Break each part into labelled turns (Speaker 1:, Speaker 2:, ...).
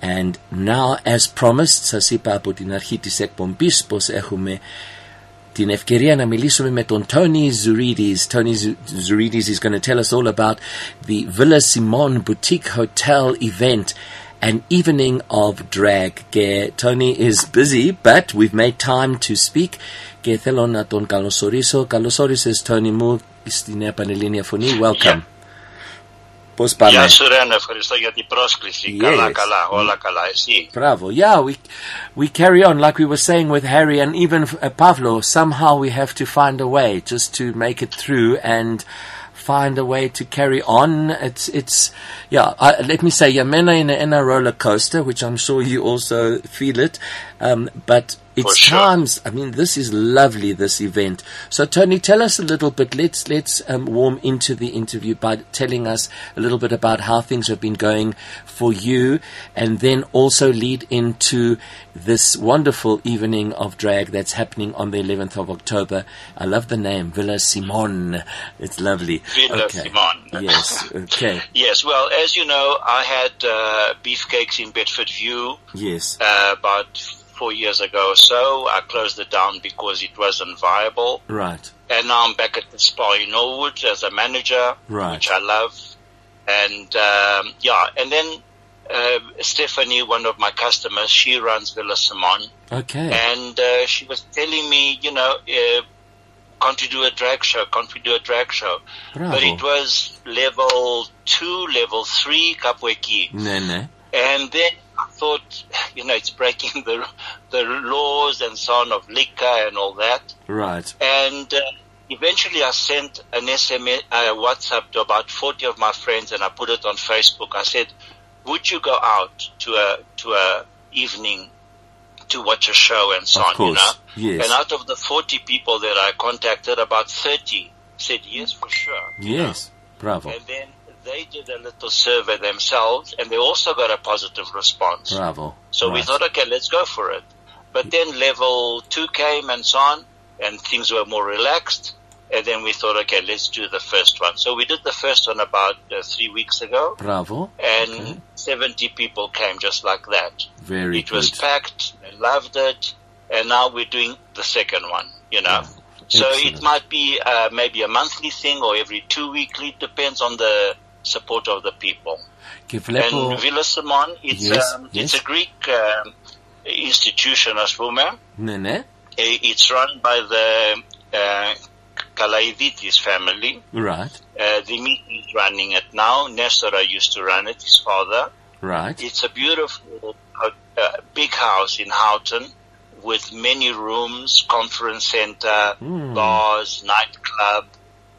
Speaker 1: And now, as promised, σας είπα από την αρχή της εκπομπής πως έχουμε την ευκαιρία να μιλήσουμε με τον Tony Zuridis. Tony Zuridis is going to tell us all about the Villa Simon Boutique Hotel event, an evening of drag. Και Tony is busy, but we've made time to speak. Και θέλω να τον καλωσορίσω. Καλώς όρισες, Tony μου, στην Νέα Πανελλήνια Φωνή. Welcome.
Speaker 2: Yeah.
Speaker 1: Πώς πάμε.
Speaker 2: Γεια σου Ρένα, ευχαριστώ για την πρόσκληση.
Speaker 1: Yes.
Speaker 2: Καλά, καλά, όλα καλά. Εσύ.
Speaker 1: Bravo. Yeah, we we carry on like we were saying with Harry and even uh, Pavlo. Somehow we have to find a way just to make it through and find a way to carry on. It's it's yeah. I, let me say, Yamena in a, in a roller coaster, which I'm sure you also feel it. Um, but it's
Speaker 2: sure.
Speaker 1: times. I mean, this is lovely. This event. So Tony, tell us a little bit. Let's let's um, warm into the interview by telling us a little bit about how things have been going for you, and then also lead into this wonderful evening of drag that's happening on the 11th of October. I love the name Villa Simon. It's lovely.
Speaker 2: Villa Simon.
Speaker 1: Yes. Okay.
Speaker 2: Yes, well, as you know, I had uh, beefcakes in Bedford View
Speaker 1: Yes.
Speaker 2: uh, about four years ago or so. I closed it down because it wasn't viable.
Speaker 1: Right.
Speaker 2: And now I'm back at the spa in Norwood as a manager,
Speaker 1: Right.
Speaker 2: which I love. And um, yeah, and then uh, Stephanie, one of my customers, she runs Villa Simon.
Speaker 1: Okay.
Speaker 2: and uh, she was telling me, you know, uh, can't we do a drag show? Can't we do a drag show? But
Speaker 1: Bravo.
Speaker 2: it was level two, level three, Kapweki.
Speaker 1: No, no.
Speaker 2: And then I thought, you know, it's breaking the, the laws and so on of liquor and all that.
Speaker 1: Right.
Speaker 2: And uh, eventually I sent an SMS, uh, WhatsApp to about 40 of my friends and I put it on Facebook. I said, would you go out to a, to a evening to watch a show and so
Speaker 1: Of
Speaker 2: on,
Speaker 1: course.
Speaker 2: you know?
Speaker 1: Yes.
Speaker 2: And out of the 40 people that I contacted, about 30 said yes for sure. you know?
Speaker 1: Yes. Bravo.
Speaker 2: And then they did a little survey themselves and they also got a positive response.
Speaker 1: Bravo.
Speaker 2: So we
Speaker 1: Right.
Speaker 2: thought, okay, let's go for it. But then level two came and so on, and things were more relaxed. And then we thought, okay, let's do the first one. So we did the first one about uh, three weeks ago,
Speaker 1: Bravo.
Speaker 2: and
Speaker 1: Okay.
Speaker 2: 70 people came just like that.
Speaker 1: Very
Speaker 2: it was
Speaker 1: good.
Speaker 2: packed, they loved it, and now we're doing the second one, you know. So
Speaker 1: Excellent.
Speaker 2: it might be uh, maybe a monthly thing or every two weekly, depends on the support of the people.
Speaker 1: Και
Speaker 2: And
Speaker 1: βλέπω...
Speaker 2: Villa Simon, it's,
Speaker 1: Yes,
Speaker 2: um,
Speaker 1: yes.
Speaker 2: it's a Greek um, institution, ας πούμε.
Speaker 1: Ναι, ναι.
Speaker 2: I- It's run by the uh, Kalaididis family.
Speaker 1: Right.
Speaker 2: Uh, Dimitri is running it now. Nestora used to run it, his father.
Speaker 1: Right.
Speaker 2: It's a beautiful uh, uh, big house in Houghton with many rooms, conference center,
Speaker 1: Mm.
Speaker 2: bars, nightclub,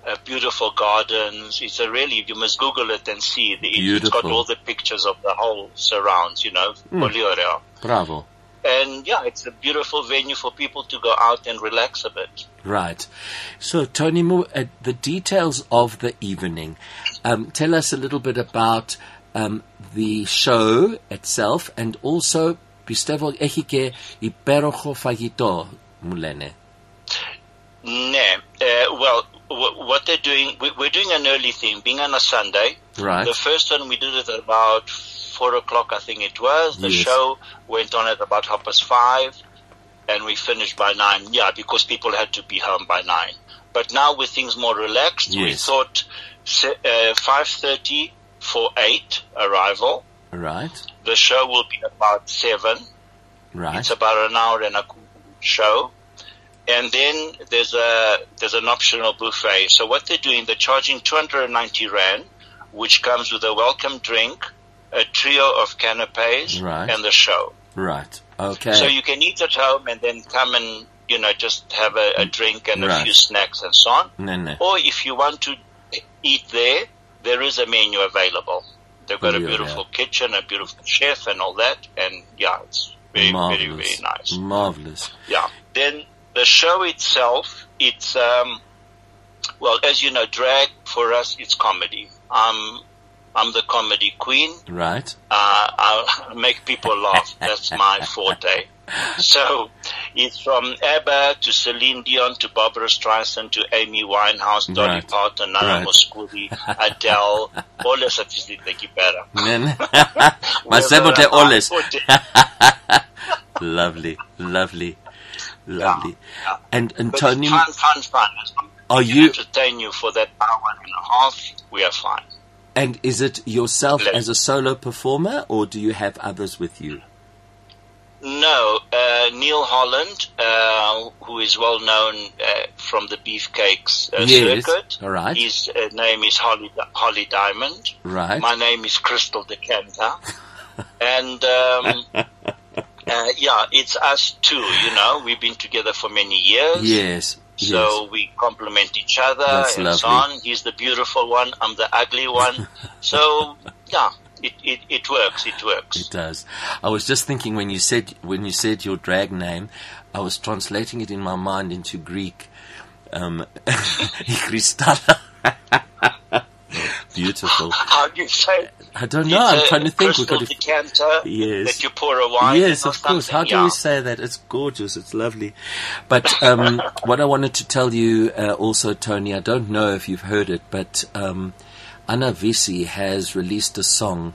Speaker 2: uh, beautiful gardens. It's a really, you must Google it and see. It, it's got
Speaker 1: Beautiful.
Speaker 2: all the pictures of the whole surrounds, you know, Poliorel.
Speaker 1: Bravo.
Speaker 2: And yeah, it's a beautiful venue for people to go out and relax a bit.
Speaker 1: Right. So, Tony, Mu, uh, the details of the evening. Um, tell us a little bit about um, the show itself and also, πιστεύω, έχει και υπέροχο φαγητό, μου λένε.
Speaker 2: Ναι. Uh, well, w- what they're doing, we- we're doing an early thing, being on a Sunday.
Speaker 1: Right.
Speaker 2: The first one we did it at about four o'clock, I think it was. The
Speaker 1: Yes.
Speaker 2: show went on at about half past five, and we finished by nine. Yeah, because people had to be home by nine. But now with things more relaxed, we
Speaker 1: Yes.
Speaker 2: thought se- uh, five thirty for eight arrival.
Speaker 1: Right.
Speaker 2: The show will be about seven.
Speaker 1: Right.
Speaker 2: It's about an hour and a qu- show. And then there's a there's an optional buffet. So what they're doing, they're charging 290 rand, which comes with a welcome drink, a trio of canapes,
Speaker 1: Right.
Speaker 2: and the show.
Speaker 1: Right. Okay.
Speaker 2: So you can eat at home and then come and you know just have a, a drink and
Speaker 1: Right.
Speaker 2: a few snacks and so on.
Speaker 1: ναι, ναι.
Speaker 2: Or if you want to eat there, there is a menu available. They've got a
Speaker 1: Yeah.
Speaker 2: beautiful kitchen, a beautiful chef, and all that. And yeah, it's very very very
Speaker 1: Marvelous.
Speaker 2: nice.
Speaker 1: Marvelous.
Speaker 2: Yeah. Then the show itself, it's um, well, as you know, drag for us, it's comedy. I'm I'm the comedy queen.
Speaker 1: Right.
Speaker 2: Uh, I make people laugh. That's my forte. So It's from ABBA to Celine Dion to Barbara Streisand to Amy Winehouse, Dolly
Speaker 1: Right.
Speaker 2: Parton, Nana
Speaker 1: Right.
Speaker 2: Mouskouri, Adele, όλες αυτές τις πέρα.
Speaker 1: Ναι, ναι. Μα σέβονται όλε. lovely, lovely, lovely. And and
Speaker 2: But
Speaker 1: Tony,
Speaker 2: fun, fun, fun. As long as
Speaker 1: Are
Speaker 2: we can
Speaker 1: you-
Speaker 2: entertain you for that hour and a half? We are fine.
Speaker 1: and is it yourself
Speaker 2: Let-
Speaker 1: as a solo performer, or do you have others with you?
Speaker 2: No, uh, Neil Holland, uh, who is well known uh, from the Beefcakes uh,
Speaker 1: Yes,
Speaker 2: circuit.
Speaker 1: all right.
Speaker 2: His uh, name is Holly, Holly Diamond.
Speaker 1: Right.
Speaker 2: My name is Crystal Decanter. and um, uh, yeah, it's us two, you know. We've been together for many years.
Speaker 1: Yes.
Speaker 2: So we complement each other
Speaker 1: That's
Speaker 2: and so
Speaker 1: lovely.
Speaker 2: on. He's the beautiful one, I'm the ugly one. so yeah, it, it, it works, it works.
Speaker 1: It does. I was just thinking when you said when you said your drag name, I was translating it in my mind into Greek. Um, Christala. Beautiful.
Speaker 2: How do you say
Speaker 1: I don't know. I'm trying to think. We've got
Speaker 2: Crystal
Speaker 1: to,
Speaker 2: decanter
Speaker 1: Yes.
Speaker 2: that you pour a wine.
Speaker 1: yes,
Speaker 2: in or
Speaker 1: of course.
Speaker 2: something,
Speaker 1: How do
Speaker 2: yeah.
Speaker 1: we say that? It's gorgeous. It's lovely. But um, what I wanted to tell you uh, also, Tony, I don't know if you've heard it, but um, Anna Visi has released a song,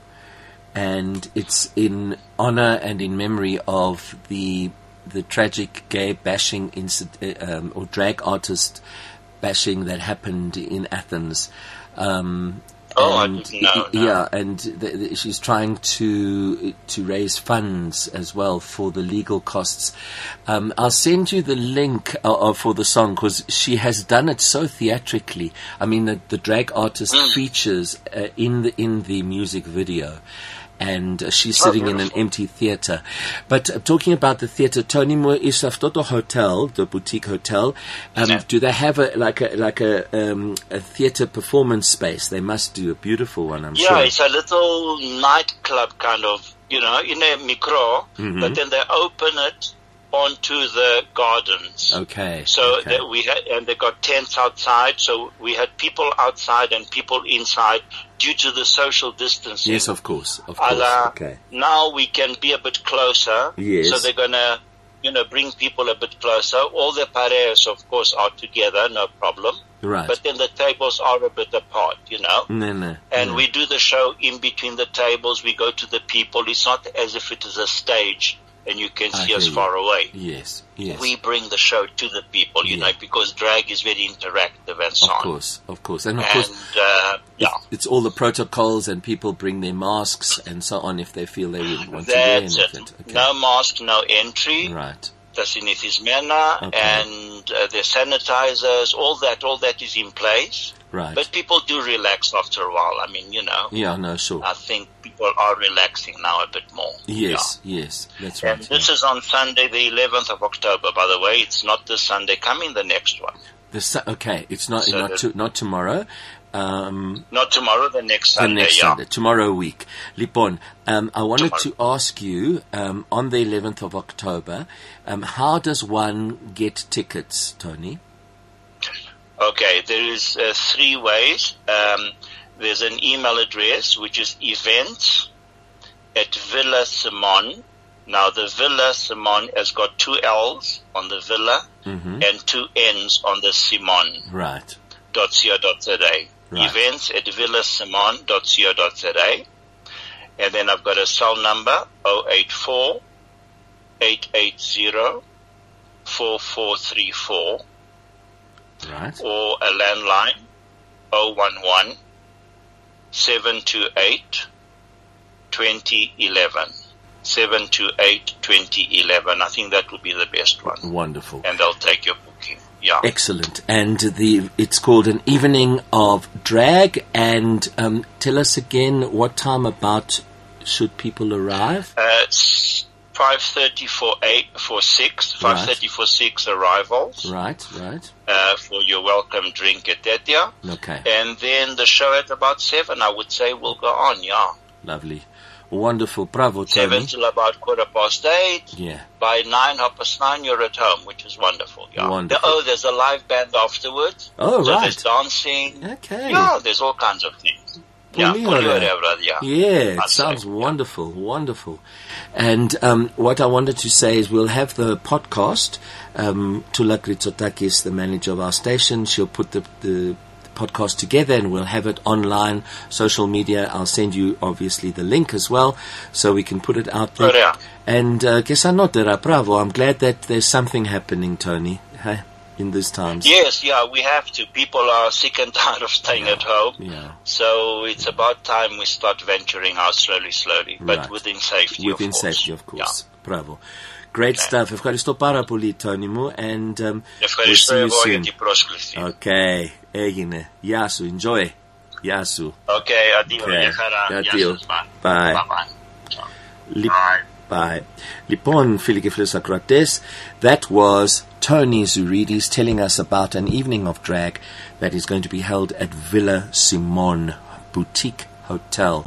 Speaker 1: and it's in honor and in memory of the the tragic gay bashing incident um, or drag artist bashing that happened in Athens. Um,
Speaker 2: Oh, I
Speaker 1: and
Speaker 2: didn't know, no.
Speaker 1: yeah, and th- th- she's trying to to raise funds as well for the legal costs. Um, I'll send you the link uh, uh, for the song because she has done it so theatrically. I mean, the, the drag artist
Speaker 2: Mm.
Speaker 1: features uh, in the in the music video. And uh, she's
Speaker 2: Oh,
Speaker 1: sitting in an
Speaker 2: beautiful.
Speaker 1: empty theater. But uh, talking about the theater, Tony Moore is Aftoto Hotel, the boutique hotel. Um,
Speaker 2: Yeah.
Speaker 1: Do they have a like a like a, um, a theater performance space? They must do a beautiful one, I'm
Speaker 2: Yeah,
Speaker 1: sure.
Speaker 2: it's a little nightclub kind of, you know, in a micro,
Speaker 1: Mm-hmm.
Speaker 2: but then they open it onto the gardens.
Speaker 1: Okay.
Speaker 2: So
Speaker 1: okay.
Speaker 2: that we had, and they got tents outside. So we had people outside and people inside due to the social distancing.
Speaker 1: yes, of course, of course.
Speaker 2: Allah,
Speaker 1: Okay.
Speaker 2: now we can be a bit closer.
Speaker 1: Yes.
Speaker 2: So they're gonna, you know, bring people a bit closer. All the parejas, of course, are together, no problem.
Speaker 1: Right.
Speaker 2: But then the tables are a bit apart, you know.
Speaker 1: No, no.
Speaker 2: And
Speaker 1: no.
Speaker 2: we do the show in between the tables. We go to the people. It's not as if it is a stage and you can
Speaker 1: I
Speaker 2: see us
Speaker 1: hear you.
Speaker 2: far away
Speaker 1: yes, yes.
Speaker 2: we bring the show to the people, you
Speaker 1: Yeah.
Speaker 2: know, because drag is very interactive and so
Speaker 1: of
Speaker 2: on.
Speaker 1: course, of course, and of
Speaker 2: And
Speaker 1: course,
Speaker 2: uh, yeah,
Speaker 1: it's all the protocols, and people bring their masks and so on if they feel they would want to wear
Speaker 2: that's
Speaker 1: anything.
Speaker 2: it. uh, No mask, no entry.
Speaker 1: Right.
Speaker 2: That's in its manner,
Speaker 1: Okay.
Speaker 2: and uh, the sanitizers, all that, all that is in place.
Speaker 1: Right.
Speaker 2: But people do relax after a while. I mean, you know,
Speaker 1: yeah. No. Sure.
Speaker 2: I think people are relaxing now a bit more.
Speaker 1: yes. Yes. That's
Speaker 2: Yeah.
Speaker 1: right.
Speaker 2: And this
Speaker 1: yeah.
Speaker 2: is on Sunday, the 11th of October, by the way. It's not this Sunday coming, the next one.
Speaker 1: The su- okay. It's not
Speaker 2: So
Speaker 1: not
Speaker 2: that-
Speaker 1: to, not tomorrow. Um,
Speaker 2: Not tomorrow, the next
Speaker 1: the
Speaker 2: Sunday.
Speaker 1: next
Speaker 2: yeah.
Speaker 1: Sunday, tomorrow week. Lipon, um, I wanted to
Speaker 2: Tomorrow.
Speaker 1: ask you um, on the 11th of October, um, how does one get tickets, Tony?
Speaker 2: Okay, there is uh, three ways. Um, there's an email address which is events at Villa Simon. Now the Villa Simon has got two L's on the Villa
Speaker 1: hmm
Speaker 2: and two N's on the Simon.co.za.
Speaker 1: Right. Right.
Speaker 2: Events at Villa Simon.co.za. And then I've got a cell number 084 880 4434
Speaker 1: Right.
Speaker 2: or a landline 011 728 2011. 728 2011. I think that would be the best one.
Speaker 1: Wonderful.
Speaker 2: And they'll take your booking. Yeah.
Speaker 1: Excellent. And the it's called an evening of drag. And um, tell us again what time about should people arrive?
Speaker 2: Uh, it's 5.30 for, eight, for 6.
Speaker 1: Right.
Speaker 2: 5.30 for 6 arrivals
Speaker 1: Right. Right.
Speaker 2: uh, for your welcome drink at that, yeah.
Speaker 1: Okay.
Speaker 2: And then the show at about 7, I would say, will go on, yeah.
Speaker 1: Lovely. Wonderful. Bravo,
Speaker 2: 7
Speaker 1: Tony.
Speaker 2: till about quarter past 8.
Speaker 1: Yeah.
Speaker 2: by nine half past nine you're at home, which is wonderful. Yeah.
Speaker 1: Wonderful.
Speaker 2: The- oh, there's a live band afterwards.
Speaker 1: Oh,
Speaker 2: so
Speaker 1: right.
Speaker 2: There's dancing.
Speaker 1: Okay.
Speaker 2: Yeah, there's all kinds of things. Yeah,
Speaker 1: Pulihora.
Speaker 2: Pulihora, yeah.
Speaker 1: Yeah, it
Speaker 2: I'd say,
Speaker 1: sounds
Speaker 2: yeah.
Speaker 1: wonderful, wonderful. And um, what I wanted to say is we'll have the podcast. Um, Tula Kritsotakis, the manager of our station, she'll put the, the podcast together and we'll have it online, social media. I'll send you obviously the link as well so we can put it out there.
Speaker 2: Oh, yeah.
Speaker 1: And uh, que sa notera, bravo. I'm glad that there's something happening, Tony, hey, in these times.
Speaker 2: Yes, yeah, we have to. People are sick and tired of staying at home.
Speaker 1: Yeah.
Speaker 2: So it's about time we start venturing out slowly, slowly, but
Speaker 1: Right.
Speaker 2: within safety.
Speaker 1: within
Speaker 2: of course.
Speaker 1: safety, of course. Bravo. Great stuff. Ευχαριστώ πάρα πολύ, Τόνι μου. And um,
Speaker 2: Yeah.
Speaker 1: we'll
Speaker 2: Ευχαριστώ
Speaker 1: see you
Speaker 2: εγώ για
Speaker 1: soon.
Speaker 2: την πρόσκληση.
Speaker 1: Okay. Έγινε. Γεια σου. Enjoy. Γεια σου.
Speaker 2: Okay, αντίο,
Speaker 1: Okay.
Speaker 2: για χαρά. Γεια
Speaker 1: Αντίο.
Speaker 2: σας, bye.
Speaker 1: Bye.
Speaker 2: Bye-bye.
Speaker 1: Λι-
Speaker 2: Bye.
Speaker 1: Bye. Λοιπόν, φίλοι και φίλες ακροατές, that was Tony Zouridis telling us about an evening of drag that is going to be held at Villa Simone Boutique Hotel.